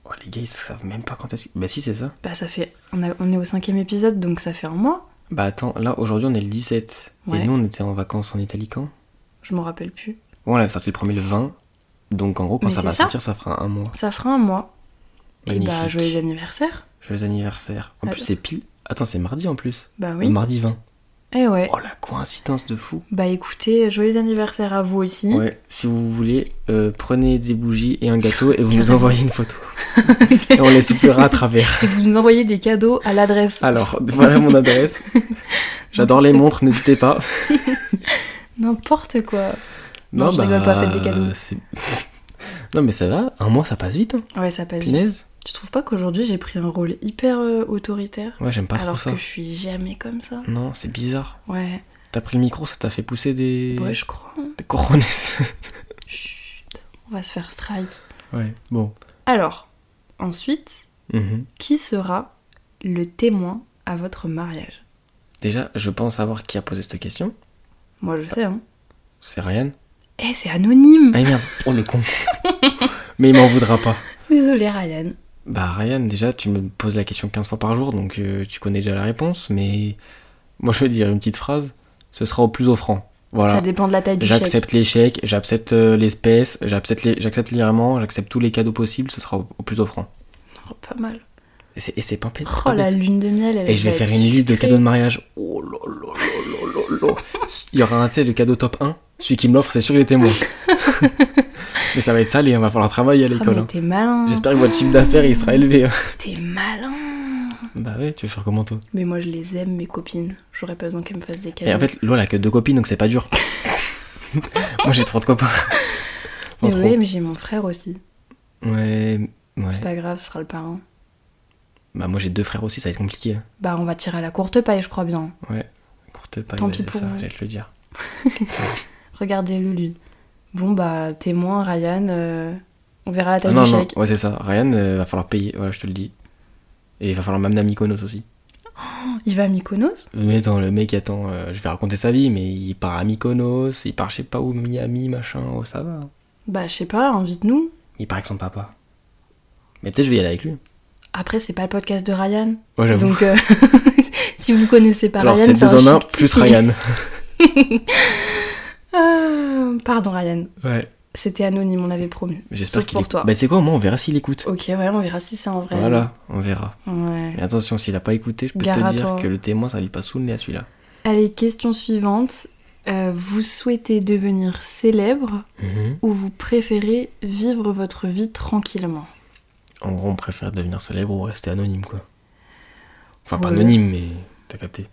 [SPEAKER 2] Oh, les gars, ils savent même pas quand est-ce. Bah si, c'est ça.
[SPEAKER 1] Bah ça fait... On, a- on est au cinquième épisode, donc ça fait un mois.
[SPEAKER 2] Bah attends, là aujourd'hui on est le 17.
[SPEAKER 1] Ouais.
[SPEAKER 2] Et nous on était en vacances en Italie quand
[SPEAKER 1] Je m'en rappelle plus.
[SPEAKER 2] Bon, on avait sorti le premier le 20. Donc en gros, quand
[SPEAKER 1] Mais
[SPEAKER 2] ça
[SPEAKER 1] c'est
[SPEAKER 2] va
[SPEAKER 1] ça.
[SPEAKER 2] sortir, ça fera un mois.
[SPEAKER 1] Ça fera un mois. Et bah,
[SPEAKER 2] Magnifique.
[SPEAKER 1] joyeux anniversaire.
[SPEAKER 2] Joyeux anniversaire. En
[SPEAKER 1] Ah.
[SPEAKER 2] plus, c'est pile. Attends, c'est mardi en plus.
[SPEAKER 1] Bah oui.
[SPEAKER 2] Mardi 20.
[SPEAKER 1] Eh ouais.
[SPEAKER 2] Oh la coïncidence de fou.
[SPEAKER 1] Bah écoutez, joyeux anniversaire à vous aussi.
[SPEAKER 2] Ouais, si vous voulez, euh, prenez des bougies et un gâteau et vous nous envoyez une photo. et on les soufflera à travers.
[SPEAKER 1] Et vous nous envoyez des cadeaux à l'adresse.
[SPEAKER 2] Alors, voilà mon adresse. J'adore les montres, n'hésitez pas.
[SPEAKER 1] N'importe quoi. Non, je rigole pas, faites des cadeaux.
[SPEAKER 2] bah, c'est- non, mais ça va, un mois ça passe vite. Hein.
[SPEAKER 1] Ouais, ça passe vite.
[SPEAKER 2] Punaise.
[SPEAKER 1] Tu trouves pas qu'aujourd'hui j'ai pris un rôle hyper euh, autoritaire
[SPEAKER 2] Ouais, j'aime pas
[SPEAKER 1] Alors
[SPEAKER 2] trop ça.
[SPEAKER 1] que je suis jamais comme ça.
[SPEAKER 2] Non, c'est bizarre.
[SPEAKER 1] Ouais.
[SPEAKER 2] T'as pris le micro, ça t'a fait pousser des.
[SPEAKER 1] Ouais, je crois. hein.
[SPEAKER 2] des coronets.
[SPEAKER 1] Chut. On va se faire strike.
[SPEAKER 2] ouais, bon.
[SPEAKER 1] Alors, ensuite,
[SPEAKER 2] Mhm.
[SPEAKER 1] qui sera le témoin à votre mariage
[SPEAKER 2] Déjà, je pense savoir qui a posé cette question.
[SPEAKER 1] Moi je sais, hein.
[SPEAKER 2] C'est Ryan.
[SPEAKER 1] Eh, c'est anonyme
[SPEAKER 2] Ah merde, oh le con. mais il m'en voudra pas.
[SPEAKER 1] Désolée, Ryan.
[SPEAKER 2] Bah Ryan, déjà, tu me poses la question 15 fois par jour, donc euh, tu connais déjà la réponse, mais moi je vais dire une petite phrase, ce sera au plus offrant.
[SPEAKER 1] Ça
[SPEAKER 2] Voilà.
[SPEAKER 1] dépend de la taille du chèque.
[SPEAKER 2] J'accepte l'échec, j'accepte euh, l'espèce, j'accepte les, j'accepte les virements, j'accepte tous les cadeaux possibles, ce sera au, au plus offrant.
[SPEAKER 1] Oh, pas mal.
[SPEAKER 2] Et c'est- Et c'est pas bête. c'est
[SPEAKER 1] Oh
[SPEAKER 2] pas
[SPEAKER 1] la
[SPEAKER 2] bête.
[SPEAKER 1] lune de miel, elle
[SPEAKER 2] Et je vais
[SPEAKER 1] va
[SPEAKER 2] faire
[SPEAKER 1] être
[SPEAKER 2] une liste de
[SPEAKER 1] sucrée.
[SPEAKER 2] cadeaux de mariage. Oh là là là là là là là. Il y aura un, tu sais, le cadeau top 1. Celui qui me l'offre, c'est sûr qu'il était moi. mais ça va être sale et il va falloir travailler à
[SPEAKER 1] Ah,
[SPEAKER 2] l'école.
[SPEAKER 1] mais
[SPEAKER 2] hein.
[SPEAKER 1] t'es malin.
[SPEAKER 2] J'espère que votre chiffre d'affaires, il sera élevé. hein.
[SPEAKER 1] T'es malin.
[SPEAKER 2] Bah ouais, tu veux faire comment toi
[SPEAKER 1] Mais moi, je les aime, mes copines. J'aurais pas besoin qu'elles me fassent des cadeaux.
[SPEAKER 2] Et Eh, en fait, Lola, elle a que deux copines, donc c'est pas dur. moi, j'ai trop de copains. Pas
[SPEAKER 1] mais
[SPEAKER 2] trop.
[SPEAKER 1] oui, mais j'ai mon frère aussi.
[SPEAKER 2] Ouais, ouais.
[SPEAKER 1] C'est pas grave, ce sera le parrain.
[SPEAKER 2] Bah moi, j'ai deux frères aussi, ça va être compliqué. hein.
[SPEAKER 1] Bah, on va tirer à la courte paille, je crois bien.
[SPEAKER 2] Ouais. Courte paille,
[SPEAKER 1] Tant
[SPEAKER 2] ouais,
[SPEAKER 1] pis pour
[SPEAKER 2] ça,
[SPEAKER 1] vous.
[SPEAKER 2] j'allais te le dire.
[SPEAKER 1] Regardez-le, lui. Bon, bah, témoin, Ryan. euh, on verra la
[SPEAKER 2] Ah
[SPEAKER 1] taille
[SPEAKER 2] non,
[SPEAKER 1] du
[SPEAKER 2] non,
[SPEAKER 1] chèque.
[SPEAKER 2] ouais, c'est ça. Ryan, euh, va falloir payer, voilà, je te le dis. Et il va falloir m'amener à Mykonos aussi.
[SPEAKER 1] Il va à Mykonos
[SPEAKER 2] Mais attends, le mec, attends, euh, je vais raconter sa vie, mais il part à Mykonos, il part je sais pas où, Miami, machin, oh ça va.
[SPEAKER 1] Bah, je sais pas, invite-nous.
[SPEAKER 2] Il part avec son papa. Mais peut-être je vais y aller avec lui.
[SPEAKER 1] Après, c'est pas le podcast de Ryan.
[SPEAKER 2] Ouais, j'avoue.
[SPEAKER 1] Donc, euh, si vous connaissez pas
[SPEAKER 2] Alors
[SPEAKER 1] Ryan,
[SPEAKER 2] c'est
[SPEAKER 1] c'est
[SPEAKER 2] deux en
[SPEAKER 1] un
[SPEAKER 2] un,
[SPEAKER 1] chic
[SPEAKER 2] plus
[SPEAKER 1] type.
[SPEAKER 2] Ryan.
[SPEAKER 1] Ah, pardon, Ryan.
[SPEAKER 2] ouais.
[SPEAKER 1] C'était anonyme, on avait promis.
[SPEAKER 2] J'espère
[SPEAKER 1] Sauf
[SPEAKER 2] qu'il
[SPEAKER 1] pour
[SPEAKER 2] écoute.
[SPEAKER 1] toi.
[SPEAKER 2] Bah c'est quoi, au moins on verra s'il écoute.
[SPEAKER 1] Ok, ouais, on verra si c'est en vrai.
[SPEAKER 2] Voilà, on verra.
[SPEAKER 1] Ouais.
[SPEAKER 2] Mais attention, s'il a pas écouté, je peux
[SPEAKER 1] Gare à
[SPEAKER 2] te dire
[SPEAKER 1] toi.
[SPEAKER 2] que le témoin, ça lui passe sous le nez à celui-là.
[SPEAKER 1] Allez, question suivante. Euh, vous souhaitez devenir célèbre
[SPEAKER 2] Mhm.
[SPEAKER 1] ou vous préférez vivre votre vie tranquillement
[SPEAKER 2] En gros, on préfère devenir célèbre ou rester anonyme, quoi. Enfin, pas
[SPEAKER 1] Ouais.
[SPEAKER 2] anonyme, mais t'as capté.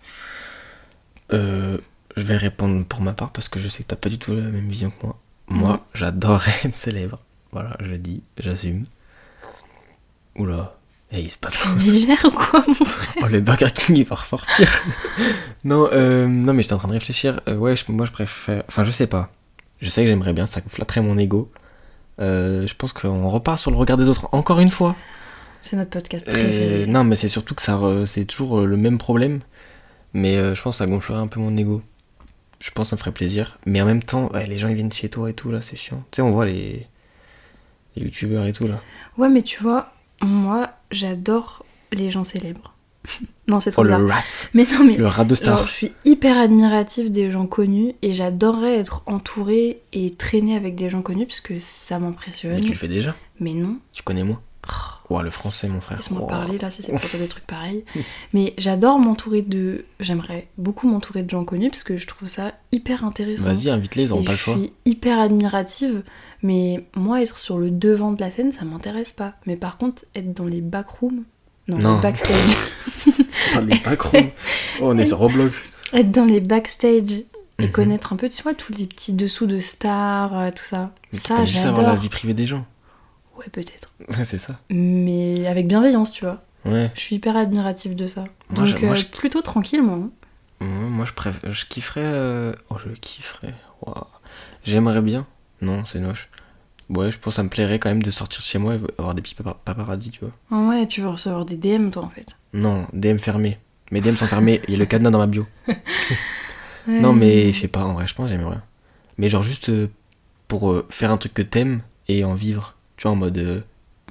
[SPEAKER 2] Euh, je vais répondre pour ma part parce que je sais que t'as pas du tout la même vision que moi. Moi, j'adorerais être célèbre. Voilà, je le dis, j'assume. Oula, et il se passe quoi
[SPEAKER 1] Divers ou quoi, mon frère
[SPEAKER 2] Oh, le Burger King, il va ressortir. non, euh, non, mais j'étais en train de réfléchir. Euh, ouais, je- moi, je préfère. Enfin, je sais pas. Je sais que j'aimerais bien, ça flatterait mon ego. Euh, je pense qu'on repart sur le regard des autres encore une fois.
[SPEAKER 1] C'est notre podcast
[SPEAKER 2] Euh,
[SPEAKER 1] préféré.
[SPEAKER 2] non, mais c'est surtout que ça, re- c'est toujours euh, le même problème. Mais euh, je pense que ça gonflerait un peu mon ego. Je pense que ça me ferait plaisir. Mais en même temps, ouais, les gens ils viennent chez toi et tout là, c'est chiant. Tu sais, on voit les, les youtubeurs et tout là.
[SPEAKER 1] Ouais, mais tu vois, moi, j'adore les gens célèbres. non, c'est trop
[SPEAKER 2] oh le
[SPEAKER 1] bizarre.
[SPEAKER 2] rat,
[SPEAKER 1] Mais non, mais
[SPEAKER 2] le rat de
[SPEAKER 1] genre,
[SPEAKER 2] star.
[SPEAKER 1] je suis hyper admirative des gens connus et j'adorerais être entourée et traîner avec des gens connus parce que ça m'impressionne.
[SPEAKER 2] Mais tu Ah, le fais déjà
[SPEAKER 1] Mais non.
[SPEAKER 2] Tu connais moi
[SPEAKER 1] Oh.
[SPEAKER 2] Ouah, le français mon frère.
[SPEAKER 1] Laisse-moi
[SPEAKER 2] Ouah.
[SPEAKER 1] parler là si c'est pour dire des trucs pareils.
[SPEAKER 2] Hmm.
[SPEAKER 1] Mais j'adore m'entourer de. J'aimerais beaucoup m'entourer de gens connus parce que je trouve ça hyper intéressant.
[SPEAKER 2] Vas-y, invite-les, ils auront
[SPEAKER 1] Et
[SPEAKER 2] pas le
[SPEAKER 1] je
[SPEAKER 2] choix.
[SPEAKER 1] suis hyper admirative, mais moi être sur le devant de la scène ça m'intéresse pas. Mais par contre, être dans les backrooms, non,
[SPEAKER 2] Non.
[SPEAKER 1] les backstage,
[SPEAKER 2] Putain, les macrons. Oh, on est sur Roblox.
[SPEAKER 1] être dans les backstage et
[SPEAKER 2] Mhm.
[SPEAKER 1] connaître un peu, tu vois, tous les petits dessous de stars, euh, tout ça.
[SPEAKER 2] Mais
[SPEAKER 1] ça,
[SPEAKER 2] t'aimes juste savoir la
[SPEAKER 1] j'adore.
[SPEAKER 2] vie privée des gens.
[SPEAKER 1] Ouais, peut-être.
[SPEAKER 2] Ouais, c'est ça.
[SPEAKER 1] Mais avec bienveillance, tu vois.
[SPEAKER 2] Ouais.
[SPEAKER 1] Je suis hyper admirative de ça.
[SPEAKER 2] Moi, je-
[SPEAKER 1] Donc,
[SPEAKER 2] moi,
[SPEAKER 1] euh,
[SPEAKER 2] je-
[SPEAKER 1] plutôt tranquille, moi. hein.
[SPEAKER 2] Ouais, Moi, je, préf... je kifferais. euh, Oh, je kifferais. Waouh. J'aimerais bien. Non, c'est noche. Ouais, je pense que ça me plairait quand même de sortir de chez moi et avoir des petits papa- paparazzi, tu vois.
[SPEAKER 1] Ah Ouais, tu veux recevoir des DM, toi, en fait.
[SPEAKER 2] Non, DM fermés. Mes DM sont fermés. Il y a le cadenas dans ma bio.
[SPEAKER 1] Mm.
[SPEAKER 2] Non, mais je sais pas, en vrai, je pense que j'aimerais bien. Mais genre, juste euh, pour euh, faire un truc que t'aimes et en vivre. Tu vois, en mode. euh,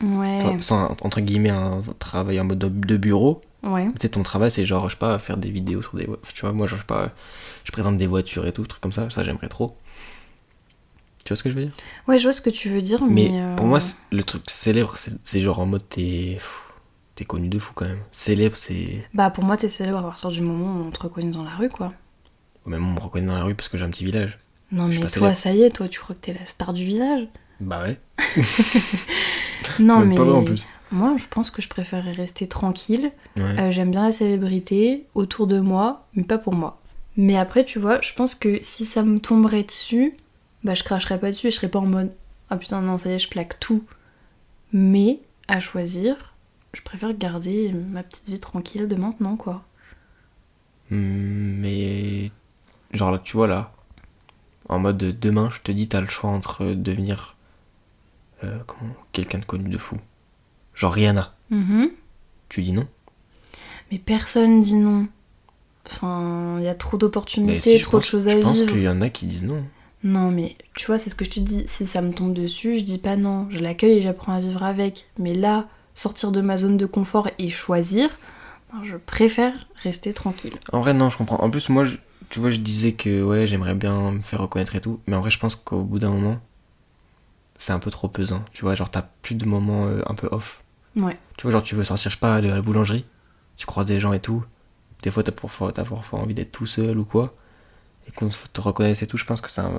[SPEAKER 1] Ouais,
[SPEAKER 2] sans, sans, entre guillemets, un travail en mode de- de bureau.
[SPEAKER 1] ouais.
[SPEAKER 2] Tu sais, ton travail, c'est genre, je sais pas, faire des vidéos sur des. enfin, Tu vois, moi, genre, je sais pas, je présente des voitures et tout, trucs comme ça, ça, j'aimerais trop. Tu vois ce que je veux dire
[SPEAKER 1] Ouais, je vois ce que tu veux dire, mais...
[SPEAKER 2] Mais pour
[SPEAKER 1] euh,
[SPEAKER 2] moi, c'est- le truc célèbre, c'est c'est genre en mode t'es. pff, T'es connu de fou quand même. Célèbre, c'est.
[SPEAKER 1] Bah, pour moi, t'es célèbre à partir du moment où on te reconnaît dans la rue, quoi.
[SPEAKER 2] Même on me reconnaît dans la rue parce que j'ai un petit village.
[SPEAKER 1] Non,
[SPEAKER 2] Je suis
[SPEAKER 1] mais
[SPEAKER 2] pas
[SPEAKER 1] toi,
[SPEAKER 2] célèbre.
[SPEAKER 1] ça y est, toi, tu crois que t'es la star du village
[SPEAKER 2] Bah ouais.
[SPEAKER 1] Non,
[SPEAKER 2] c'est même
[SPEAKER 1] mais...
[SPEAKER 2] pas vrai en plus.
[SPEAKER 1] Moi, je pense que je préférerais rester tranquille.
[SPEAKER 2] Ouais.
[SPEAKER 1] Euh, J'aime bien la célébrité, autour de moi, mais pas pour moi. Mais après, tu vois, je pense que si ça me tomberait dessus, bah, je cracherais pas dessus, je serais pas en mode... Ah putain, non, ça y est, je plaque tout. Mais, à choisir, je préfère garder ma petite vie tranquille de maintenant, quoi. Euh.
[SPEAKER 2] Hum, Mais. Genre là, tu vois là. En mode demain, je te dis, t'as le choix entre devenir. euh, comment Quelqu'un de connu de fou. Genre Rihanna. Mm-hmm.
[SPEAKER 1] Mhm.
[SPEAKER 2] Tu dis non
[SPEAKER 1] Mais personne dit non. Enfin, il y a trop
[SPEAKER 2] Mais
[SPEAKER 1] d'opportunités,
[SPEAKER 2] si, je
[SPEAKER 1] trop
[SPEAKER 2] pense-
[SPEAKER 1] de choses à
[SPEAKER 2] Je pense
[SPEAKER 1] vivre.
[SPEAKER 2] qu'il y en a qui disent non.
[SPEAKER 1] Non, mais tu vois, c'est ce que je te dis. Si ça me tombe dessus, je dis pas non. Je l'accueille et j'apprends à vivre avec. Mais là, sortir de ma zone de confort et choisir, ben, je préfère rester tranquille.
[SPEAKER 2] En vrai, non, je comprends. En plus, moi, je- tu vois, je disais que ouais, j'aimerais bien me faire reconnaître et tout, mais en vrai, je pense qu'au bout d'un moment, c'est un peu trop pesant. Tu vois, genre, t'as plus de moments euh, un peu off.
[SPEAKER 1] Ouais.
[SPEAKER 2] Tu vois, genre, tu veux sortir, je sais pas, aller à la boulangerie, tu croises des gens et tout. Des fois, t'as parfois, t'as parfois envie d'être tout seul ou quoi. Et qu'on te reconnaisse et tout, je pense que ça,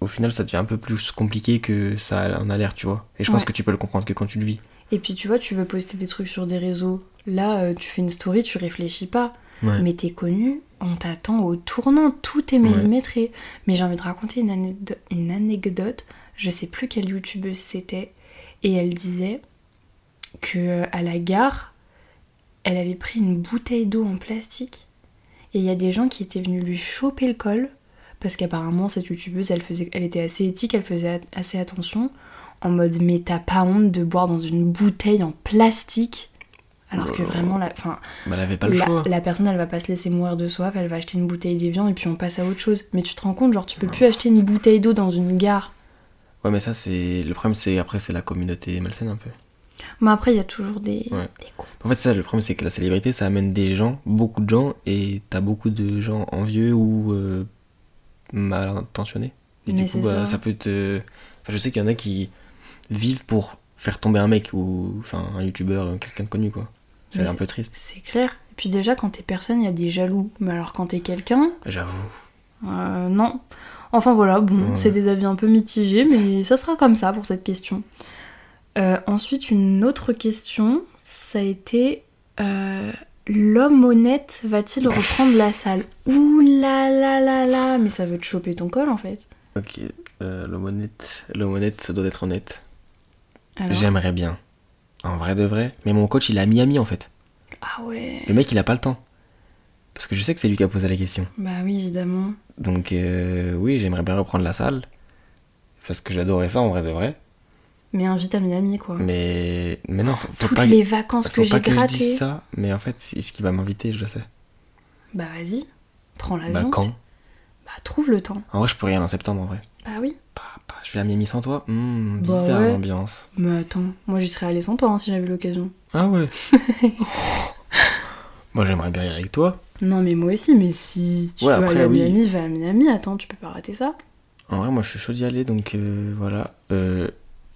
[SPEAKER 2] au final, ça devient un peu plus compliqué que ça en a l'air, tu vois. Et je pense
[SPEAKER 1] Ouais.
[SPEAKER 2] que tu peux le comprendre que quand tu le vis.
[SPEAKER 1] Et puis tu vois, tu veux poster des trucs sur des réseaux. Là, euh, tu fais une story, tu réfléchis pas.
[SPEAKER 2] Ouais.
[SPEAKER 1] Mais t'es connu, on t'attend au tournant, tout est millimétré. Mais j'ai envie de raconter une, anecdo- une anecdote. Je sais plus quelle youtubeuse c'était. Et elle disait que euh, à la gare, elle avait pris une bouteille d'eau en plastique. Et il y a des gens qui étaient venus lui choper le col. Parce qu'apparemment, cette youtubeuse, elle, faisait, elle était assez éthique, elle faisait a- assez attention. En mode, mais t'as pas honte de boire dans une bouteille en plastique Alors que
[SPEAKER 2] Oh.
[SPEAKER 1] vraiment, la, fin,
[SPEAKER 2] Bah, elle avait pas le
[SPEAKER 1] la,
[SPEAKER 2] choix.
[SPEAKER 1] la personne, elle va pas se laisser mourir de soif, elle va acheter une bouteille d'évian et puis on passe à autre chose. Mais tu te rends compte, genre, tu peux plus acheter une bouteille d'eau dans une gare.
[SPEAKER 2] Ouais, mais ça, c'est. Le problème, c'est après, c'est la communauté malsaine un peu.
[SPEAKER 1] Mais après, il y a toujours des,
[SPEAKER 2] Ouais.
[SPEAKER 1] des cons.
[SPEAKER 2] En fait, ça, le problème, c'est que la célébrité, ça amène des gens, beaucoup de gens, et t'as beaucoup de gens envieux ou euh, mal intentionnés. Et
[SPEAKER 1] Mais
[SPEAKER 2] du coup,
[SPEAKER 1] c'est ça.
[SPEAKER 2] bah, ça. peut te. Enfin, je sais qu'il y en a qui vivent pour faire tomber un mec ou enfin un youtubeur, euh, quelqu'un de connu, quoi.
[SPEAKER 1] Mais
[SPEAKER 2] C'est un
[SPEAKER 1] c'est-
[SPEAKER 2] peu triste.
[SPEAKER 1] C'est clair. Et puis déjà, quand t'es personne, il y a des jaloux. Mais alors, quand t'es quelqu'un,
[SPEAKER 2] J'avoue.
[SPEAKER 1] euh, non. Enfin voilà, bon,
[SPEAKER 2] Ouais.
[SPEAKER 1] c'est des avis un peu mitigés, mais ça sera comme ça pour cette question. Euh, ensuite, une autre question, ça a été euh, L'homme honnête va-t-il reprendre la salle Ouh là là là là, mais ça veut te choper ton col en fait.
[SPEAKER 2] Ok, euh, l'homme honnête. L'homme honnête, ça doit être honnête.
[SPEAKER 1] Alors-
[SPEAKER 2] J'aimerais bien. En vrai de vrai. Mais mon coach, il est à Miami, en fait.
[SPEAKER 1] Ah ouais,
[SPEAKER 2] Le mec, il a pas le temps. Parce que je sais que c'est lui qui a posé la question.
[SPEAKER 1] bah oui, évidemment.
[SPEAKER 2] Donc euh, oui, j'aimerais bien reprendre la salle. Parce que j'adorais ça en vrai de vrai.
[SPEAKER 1] Mais invite à Miami quoi.
[SPEAKER 2] Mais, mais non, faut, faut
[SPEAKER 1] Toutes
[SPEAKER 2] pas,
[SPEAKER 1] les vacances
[SPEAKER 2] faut
[SPEAKER 1] que j'ai
[SPEAKER 2] pas que je dise
[SPEAKER 1] grattées.
[SPEAKER 2] ça. Mais en fait, est-ce qu'il va m'inviter Je sais.
[SPEAKER 1] Bah vas-y, prends la
[SPEAKER 2] Bah quand
[SPEAKER 1] Bah trouve le temps.
[SPEAKER 2] En vrai, je peux rien en septembre en vrai.
[SPEAKER 1] Bah oui.
[SPEAKER 2] Bah, bah, je vais à Miami sans toi Hmm,
[SPEAKER 1] Bah
[SPEAKER 2] Bizarre
[SPEAKER 1] ouais.
[SPEAKER 2] l'ambiance.
[SPEAKER 1] Mais attends, moi j'y serais allée sans toi hein, si j'avais l'occasion.
[SPEAKER 2] Ah ouais Moi j'aimerais bien y aller avec toi.
[SPEAKER 1] Non mais moi aussi, mais si tu
[SPEAKER 2] Ouais,
[SPEAKER 1] dois
[SPEAKER 2] après,
[SPEAKER 1] aller à
[SPEAKER 2] oui.
[SPEAKER 1] Miami, va à Miami, attends, tu peux pas rater ça.
[SPEAKER 2] En vrai, moi je suis chaud d'y aller donc euh, voilà. Euh,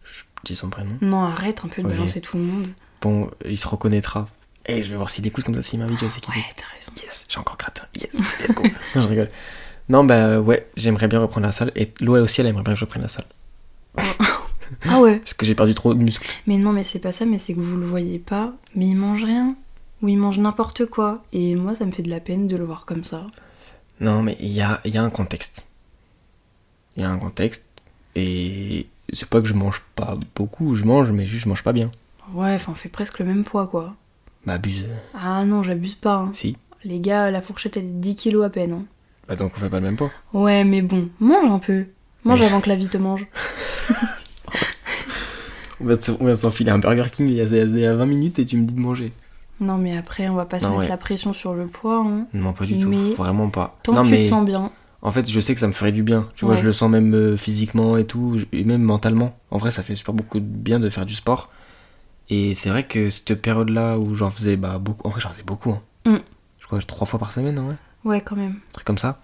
[SPEAKER 2] je dis son prénom.
[SPEAKER 1] Non, arrête un peu de
[SPEAKER 2] Ok.
[SPEAKER 1] balancer tout le monde.
[SPEAKER 2] Bon, il se reconnaîtra. Et je vais voir s'il écoute comme ça, s'il m'invite, je sais qu'il
[SPEAKER 1] Ouais, t'as raison.
[SPEAKER 2] Yes, j'ai encore gratté. un Yes, let's go. non, je rigole. Non, bah ouais, j'aimerais bien reprendre la salle. Et Loa aussi, elle aimerait bien que je reprenne la salle.
[SPEAKER 1] Ah ouais
[SPEAKER 2] Parce que j'ai perdu trop de muscles.
[SPEAKER 1] Mais non, mais c'est pas ça, mais c'est que vous le voyez pas, mais il mange rien. Ou il mange n'importe quoi. Et moi, ça me fait de la peine de le voir comme ça.
[SPEAKER 2] Non, mais il y a, il y a un contexte. Il y a un contexte. Et c'est pas que je mange pas beaucoup, je mange, mais juste je mange pas bien.
[SPEAKER 1] Ouais, enfin, on fait presque le même poids, quoi.
[SPEAKER 2] Bah, abuse.
[SPEAKER 1] Ah non, j'abuse pas. hein.
[SPEAKER 2] Si.
[SPEAKER 1] Les gars, la fourchette, elle est de 10 kilos à peine. hein.
[SPEAKER 2] Bah, donc on fait pas le même poids.
[SPEAKER 1] Ouais, mais bon, mange un peu. Mange
[SPEAKER 2] Mais-
[SPEAKER 1] avant que la vie te mange.
[SPEAKER 2] On vient de se- on vient de s'enfiler un Burger King il y, a, il y a 20 minutes et tu me dis de manger.
[SPEAKER 1] Non, mais après, on va pas se
[SPEAKER 2] Non,
[SPEAKER 1] mettre
[SPEAKER 2] ouais.
[SPEAKER 1] la pression sur le poids. Hein.
[SPEAKER 2] Non, pas du tout.
[SPEAKER 1] Mais-
[SPEAKER 2] Vraiment pas.
[SPEAKER 1] Tant
[SPEAKER 2] non,
[SPEAKER 1] que tu
[SPEAKER 2] mais
[SPEAKER 1] te sens bien.
[SPEAKER 2] en fait, je sais que ça me ferait du bien. Tu vois,
[SPEAKER 1] Ouais.
[SPEAKER 2] je le sens même euh, physiquement et tout, je- et même mentalement. En vrai, ça fait super beaucoup de bien de faire du sport. Et c'est vrai que cette période-là où j'en faisais bah, beaucoup, en vrai, j'en faisais beaucoup. hein.
[SPEAKER 1] Mm.
[SPEAKER 2] Je crois trois fois par semaine, en vrai, un
[SPEAKER 1] Ouais, quand même.
[SPEAKER 2] truc comme ça.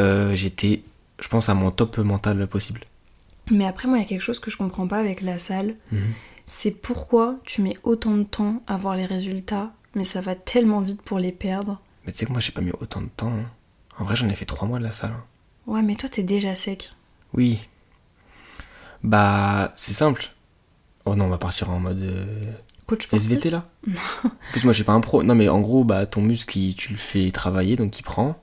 [SPEAKER 2] Euh, J'étais, je pense, à mon top mental possible.
[SPEAKER 1] Mais après, moi, il y a quelque chose que je comprends pas avec la salle. C'est pourquoi tu mets autant de temps à voir les résultats, mais ça va tellement vite pour les perdre.
[SPEAKER 2] Mais tu sais que moi, j'ai pas mis autant de temps. hein. En vrai, j'en ai fait trois mois de la salle. hein.
[SPEAKER 1] Ouais, mais toi, t'es déjà sec.
[SPEAKER 2] Oui. Bah, c'est simple. Oh non, on va partir en mode euh,
[SPEAKER 1] Coach sportif.
[SPEAKER 2] SVT là En plus, moi je suis pas un pro. Non, mais en gros, bah, ton muscle, il- tu le fais travailler, donc il prend.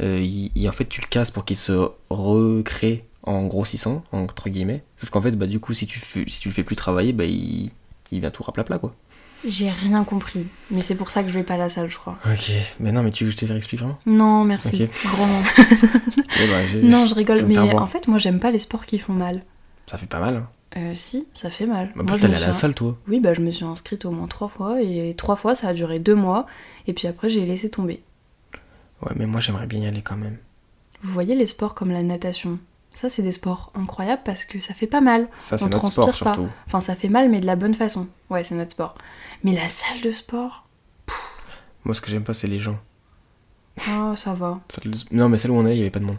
[SPEAKER 2] Euh, il- il- en fait, tu le casses pour qu'il se recrée en grossissant, entre guillemets. Sauf qu'en fait, bah, du coup, si tu, fais- si tu le fais plus travailler, bah, il, il vient tout raplapla quoi.
[SPEAKER 1] J'ai rien compris. Mais c'est pour ça que je vais pas à la salle, je crois.
[SPEAKER 2] Ok, mais non, mais tu veux que je te réexplique vraiment
[SPEAKER 1] Non, merci.
[SPEAKER 2] Ok.
[SPEAKER 1] Vraiment.
[SPEAKER 2] Eh bah, j'ai-
[SPEAKER 1] non, je rigole.
[SPEAKER 2] vais me
[SPEAKER 1] Mais
[SPEAKER 2] faire voir.
[SPEAKER 1] en fait, moi, j'aime pas les sports qui font mal.
[SPEAKER 2] Ça fait pas mal. Hein.
[SPEAKER 1] Euh, si, ça fait mal. Moi, je
[SPEAKER 2] En plus, Bah, t'es
[SPEAKER 1] me
[SPEAKER 2] allé à la
[SPEAKER 1] suis-
[SPEAKER 2] salle, toi.
[SPEAKER 1] Oui, bah, je me suis inscrite au moins trois fois, et trois fois, ça a duré deux mois, et puis après, j'ai laissé tomber.
[SPEAKER 2] Ouais, mais moi j'aimerais bien y aller quand même.
[SPEAKER 1] Vous voyez les sports comme la natation Ça, c'est des sports incroyables parce que ça fait pas mal.
[SPEAKER 2] Ça,
[SPEAKER 1] On
[SPEAKER 2] c'est notre
[SPEAKER 1] transpire
[SPEAKER 2] sport
[SPEAKER 1] pas.
[SPEAKER 2] surtout.
[SPEAKER 1] Enfin, ça fait mal, mais de la bonne façon. Ouais, c'est notre sport. Mais la salle de sport,
[SPEAKER 2] Moi, ce que j'aime pas, c'est les gens.
[SPEAKER 1] oh, ça va.
[SPEAKER 2] Salle de- Non, mais celle où on allait, il y avait pas de monde.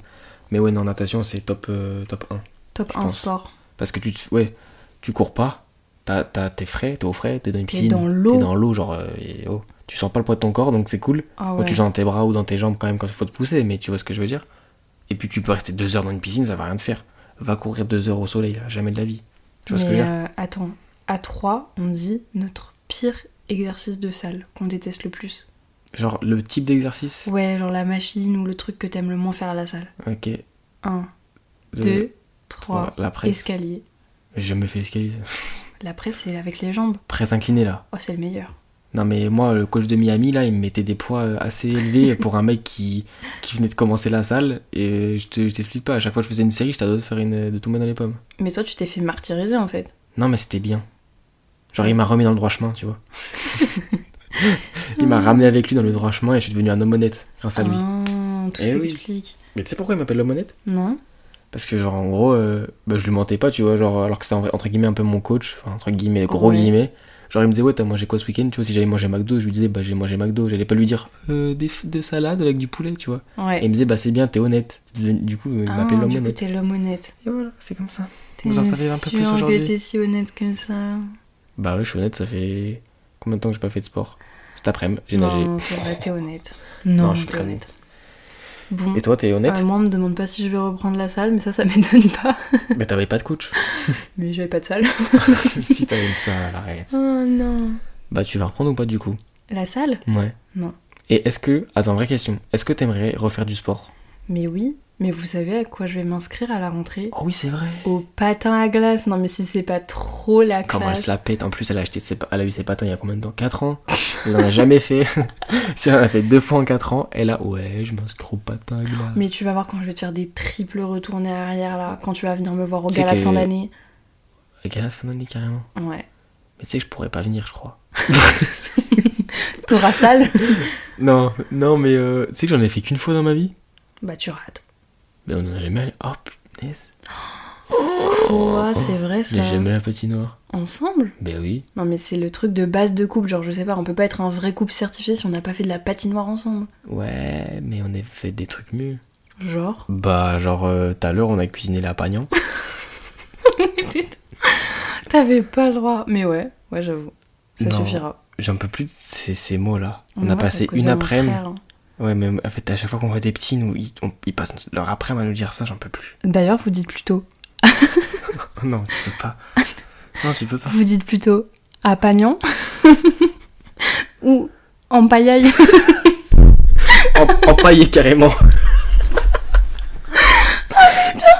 [SPEAKER 2] Mais ouais, non, natation, c'est top, euh, top 1.
[SPEAKER 1] Top
[SPEAKER 2] Je
[SPEAKER 1] 1
[SPEAKER 2] pense.
[SPEAKER 1] sport.
[SPEAKER 2] Parce que tu te- ouais, tu cours pas, t'as, t'as- t'es frais, t'es au frais, t'es dans une
[SPEAKER 1] T'es
[SPEAKER 2] piscine.
[SPEAKER 1] dans l'eau.
[SPEAKER 2] T'es dans l'eau, genre, euh, et oh, tu sens pas le poids de ton corps, donc c'est cool.
[SPEAKER 1] Ah ouais.
[SPEAKER 2] Bon, Oh, tu sens dans tes bras ou dans tes jambes quand même quand il faut te pousser, mais tu vois ce que je veux dire. Et puis tu peux rester deux heures dans une piscine, ça va rien te faire. Va courir deux heures au soleil, là, jamais de la vie. Tu vois ce que
[SPEAKER 1] Mais,
[SPEAKER 2] je veux dire
[SPEAKER 1] euh, attends, à 3, on dit notre pire exercice de salle qu'on déteste le plus.
[SPEAKER 2] Genre le type d'exercice.
[SPEAKER 1] Ouais, genre la machine ou le truc que t'aimes le moins faire à la salle.
[SPEAKER 2] Ok.
[SPEAKER 1] 1,
[SPEAKER 2] de-
[SPEAKER 1] 2,
[SPEAKER 2] voilà,
[SPEAKER 1] 3,
[SPEAKER 2] la presse.
[SPEAKER 1] escalier.
[SPEAKER 2] J'ai jamais fait escalier.
[SPEAKER 1] La presse, c'est avec les jambes.
[SPEAKER 2] Presse inclinée là.
[SPEAKER 1] Oh, c'est le meilleur.
[SPEAKER 2] Non mais moi le coach de Miami là il me mettait des poids euh, assez élevés pour un mec qui, qui venait de commencer la salle et euh, je te- je t'explique pas à chaque fois que je faisais une série j'étais à deux de faire une euh, de tout mettre dans les pommes.
[SPEAKER 1] Mais toi, tu t'es fait martyriser en fait.
[SPEAKER 2] Non mais c'était bien. Genre il m'a remis dans le droit chemin tu vois. il m'a ramené avec lui dans le droit chemin et je suis devenu un homme honnête grâce à lui.
[SPEAKER 1] Ah, tout
[SPEAKER 2] Eh oui.
[SPEAKER 1] s'explique.
[SPEAKER 2] Mais tu sais pourquoi il m'appelle l'homme honnête
[SPEAKER 1] Non
[SPEAKER 2] Parce que genre en gros euh, bah, je lui mentais pas tu vois genre alors que c'était en vrai- entre guillemets un peu mon coach enfin, entre guillemets gros
[SPEAKER 1] Ouais.
[SPEAKER 2] guillemets. Genre il me disait ouais t'as mangé quoi ce week-end tu vois si j'avais mangé McDo je lui disais bah j'ai mangé McDo j'allais pas lui dire euh, des, f- des salades avec du poulet tu vois. Et
[SPEAKER 1] Ouais.
[SPEAKER 2] il me disait, bah c'est bien, t'es honnête. Du coup, il
[SPEAKER 1] Ah,
[SPEAKER 2] m'appelle l'homme
[SPEAKER 1] du coup,
[SPEAKER 2] honnête.
[SPEAKER 1] t'es l'homme honnête.
[SPEAKER 2] Et voilà, c'est comme ça.
[SPEAKER 1] T'es
[SPEAKER 2] Vous en savez un peu plus
[SPEAKER 1] sûr que
[SPEAKER 2] aujourd'hui.
[SPEAKER 1] t'es si honnête que ça.
[SPEAKER 2] Bah ouais, je suis honnête, ça fait combien de temps que j'ai pas fait de sport Cet après-midi, j'ai nagé.
[SPEAKER 1] Non, c'est vrai, t'es honnête. Non,
[SPEAKER 2] je suis
[SPEAKER 1] t'es
[SPEAKER 2] très
[SPEAKER 1] honnête. Bon.
[SPEAKER 2] Et toi, t'es honnête
[SPEAKER 1] Euh, moi, on me demande pas si je vais reprendre la salle, mais ça, ça m'étonne pas.
[SPEAKER 2] Bah t'avais pas de coach.
[SPEAKER 1] Mais j'avais pas de salle.
[SPEAKER 2] si t'avais une salle, arrête.
[SPEAKER 1] Oh non.
[SPEAKER 2] Bah tu vas reprendre ou pas du coup
[SPEAKER 1] La salle
[SPEAKER 2] Ouais.
[SPEAKER 1] Non.
[SPEAKER 2] Et est-ce que, attends, vraie question, est-ce que t'aimerais refaire du sport
[SPEAKER 1] Mais oui. Mais vous savez à quoi je vais m'inscrire à la rentrée
[SPEAKER 2] Oh oui, c'est vrai.
[SPEAKER 1] Au patin à glace. Non, mais si c'est pas trop la
[SPEAKER 2] Comment elle
[SPEAKER 1] classe.
[SPEAKER 2] se la pète En plus, elle a, acheté ses pa- elle a eu ses patins il y a combien de temps 4 ans Elle en a jamais fait. si elle en a fait deux fois en 4 ans, elle a, ouais, je m'inscris au patin là.
[SPEAKER 1] Mais tu vas voir quand je vais te faire des triples retournées arrière là, quand tu vas venir me voir au
[SPEAKER 2] C'est
[SPEAKER 1] gala de
[SPEAKER 2] que-
[SPEAKER 1] fin d'année.
[SPEAKER 2] Quelle fin d'année carrément
[SPEAKER 1] Ouais.
[SPEAKER 2] Mais tu sais que je pourrais pas venir, je crois.
[SPEAKER 1] T'auras salle
[SPEAKER 2] Non, non, mais euh, tu sais que j'en ai fait qu'une fois dans ma vie.
[SPEAKER 1] Bah tu rates.
[SPEAKER 2] Mais on en a jamais allé. Oh punaise.
[SPEAKER 1] Quoi C'est vrai ça
[SPEAKER 2] Mais j'aime la patinoire.
[SPEAKER 1] Ensemble
[SPEAKER 2] Ben oui.
[SPEAKER 1] Non mais c'est le truc de base de couple, genre je sais pas, on peut pas être un vrai couple certifié si on n'a pas fait de la patinoire ensemble.
[SPEAKER 2] Ouais, mais on a fait des trucs mieux.
[SPEAKER 1] Genre
[SPEAKER 2] Bah, genre, euh, tout à l'heure, on a cuisiné la pagnan.
[SPEAKER 1] T'avais pas le droit. Mais ouais, ouais j'avoue. Ça
[SPEAKER 2] Non.
[SPEAKER 1] suffira.
[SPEAKER 2] J'en peux plus de ces, ces mots-là. On
[SPEAKER 1] Moi, c'est
[SPEAKER 2] a
[SPEAKER 1] à
[SPEAKER 2] passé
[SPEAKER 1] cause de
[SPEAKER 2] une
[SPEAKER 1] mon
[SPEAKER 2] après-midi.
[SPEAKER 1] frère. hein.
[SPEAKER 2] Ouais, mais en fait, à chaque fois qu'on voit des petits, nous, ils, on- ils passent leur après-midi à nous dire ça, j'en peux plus.
[SPEAKER 1] D'ailleurs, vous dites plutôt.
[SPEAKER 2] Oh non, tu peux pas. Non, tu peux pas.
[SPEAKER 1] Vous dites plutôt à Pagnon ou en paille
[SPEAKER 2] En- Empaillé carrément.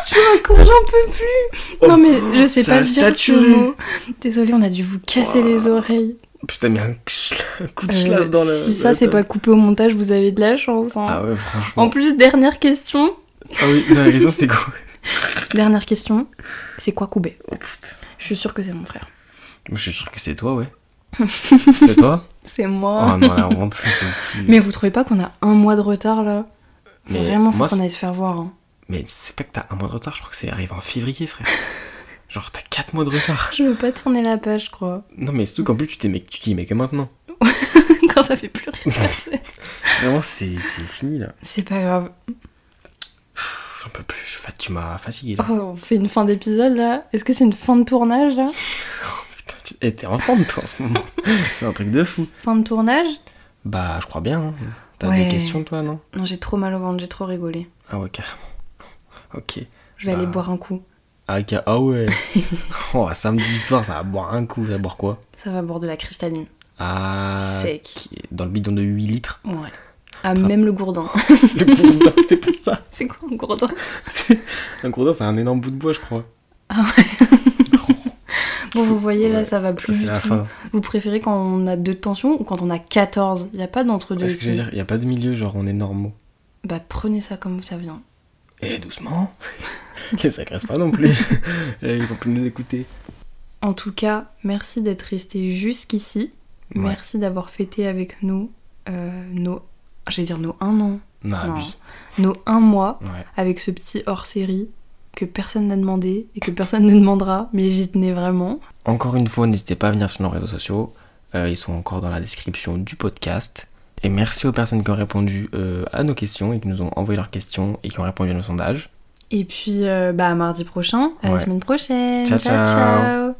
[SPEAKER 1] Tu m'accordes, j'en peux plus. Non mais je sais
[SPEAKER 2] Ça
[SPEAKER 1] pas
[SPEAKER 2] a
[SPEAKER 1] dire
[SPEAKER 2] saturé.
[SPEAKER 1] ce mot. Désolée, on a dû vous casser les oreilles.
[SPEAKER 2] Putain, mais un, chl- un coup de
[SPEAKER 1] Euh,
[SPEAKER 2] chlasse dans le.
[SPEAKER 1] si
[SPEAKER 2] dans
[SPEAKER 1] ça
[SPEAKER 2] le
[SPEAKER 1] c'est
[SPEAKER 2] top.
[SPEAKER 1] pas coupé au montage, vous avez de la chance. hein.
[SPEAKER 2] Ah ouais, franchement.
[SPEAKER 1] en plus, dernière question.
[SPEAKER 2] Ah oui, la raison, c'est quoi
[SPEAKER 1] Dernière question. C'est quoi Koubé
[SPEAKER 2] Oh,
[SPEAKER 1] Je suis sûre que c'est mon frère.
[SPEAKER 2] Je suis sûr que c'est toi, ouais. c'est toi
[SPEAKER 1] C'est
[SPEAKER 2] Oh
[SPEAKER 1] moi.
[SPEAKER 2] non, la honte. c'est plus-
[SPEAKER 1] Mais vous trouvez pas qu'on a un mois de retard là
[SPEAKER 2] Mais
[SPEAKER 1] Vraiment, faut
[SPEAKER 2] moi,
[SPEAKER 1] qu'on
[SPEAKER 2] c'est-
[SPEAKER 1] aille se faire voir. hein.
[SPEAKER 2] Mais c'est pas que t'as un mois de retard, je crois que c'est arrivé en février, frère. Genre, t'as 4 mois de retard.
[SPEAKER 1] Je veux pas tourner la page, je crois.
[SPEAKER 2] Non, mais surtout qu'en plus, tu t'es mais... tu t'y mets que maintenant.
[SPEAKER 1] Quand ça fait plus rire personne.
[SPEAKER 2] Vraiment, c'est c'est fini, là.
[SPEAKER 1] C'est pas grave.
[SPEAKER 2] Pff, J'en peux plus. je suis fat- Tu m'as fatigué,
[SPEAKER 1] Oh,
[SPEAKER 2] là.
[SPEAKER 1] on fait une fin d'épisode là Est-ce que c'est une fin de tournage là
[SPEAKER 2] Putain, tu- eh, t'es en forme, toi, en ce moment. c'est un truc de fou.
[SPEAKER 1] Fin de tournage
[SPEAKER 2] Bah, je crois bien. hein. T'as
[SPEAKER 1] Ouais.
[SPEAKER 2] des questions, toi, non
[SPEAKER 1] Non, j'ai trop mal au ventre, j'ai trop rigolé.
[SPEAKER 2] Ah ouais, carrément. Ok.
[SPEAKER 1] Je vais aller
[SPEAKER 2] Bah.
[SPEAKER 1] boire un coup.
[SPEAKER 2] Ah, ca- ah ouais. oh, samedi soir, ça va boire un coup. Ça va boire quoi
[SPEAKER 1] Ça va boire de la cristalline.
[SPEAKER 2] Ah.
[SPEAKER 1] Sec.
[SPEAKER 2] qui est Dans le bidon de 8 litres.
[SPEAKER 1] Ouais. Ah, même le gourdin.
[SPEAKER 2] Le gourdin, c'est pas ça.
[SPEAKER 1] c'est quoi un gourdin
[SPEAKER 2] Un gourdin, c'est un énorme bout de bois, je crois.
[SPEAKER 1] Bon, vous voyez là,
[SPEAKER 2] Ouais,
[SPEAKER 1] ça va plus.
[SPEAKER 2] c'est
[SPEAKER 1] du
[SPEAKER 2] la
[SPEAKER 1] tout.
[SPEAKER 2] fin.
[SPEAKER 1] Vous préférez quand on a deux tensions ou quand on a 14 Il a pas d'entre-deux.
[SPEAKER 2] Parce que je veux
[SPEAKER 1] ici.
[SPEAKER 2] dire, il n'y a pas de milieu, genre on est normaux.
[SPEAKER 1] Bah, prenez ça comme ça vient.
[SPEAKER 2] Eh, doucement. Que ça agresse pas non plus. Eh, ils vont plus nous écouter.
[SPEAKER 1] En tout cas, merci d'être resté jusqu'ici.
[SPEAKER 2] Ouais.
[SPEAKER 1] Merci d'avoir fêté avec nous euh, nos. J'allais dire nos un an.
[SPEAKER 2] Non,
[SPEAKER 1] Non.
[SPEAKER 2] Ah, abuse.
[SPEAKER 1] Nos un mois
[SPEAKER 2] Ouais.
[SPEAKER 1] avec ce petit hors série. que personne n'a demandé et que personne ne demandera, mais j'y tenais vraiment.
[SPEAKER 2] Encore une fois, n'hésitez pas à venir sur nos réseaux sociaux. Euh, ils sont encore dans la description du podcast. Et merci aux personnes qui ont répondu euh, à nos questions et qui nous ont envoyé leurs questions et qui ont répondu à nos sondages.
[SPEAKER 1] Et puis, euh, bah, à mardi prochain, à la
[SPEAKER 2] Ouais.
[SPEAKER 1] semaine prochaine.
[SPEAKER 2] Ciao, ciao.
[SPEAKER 1] ciao.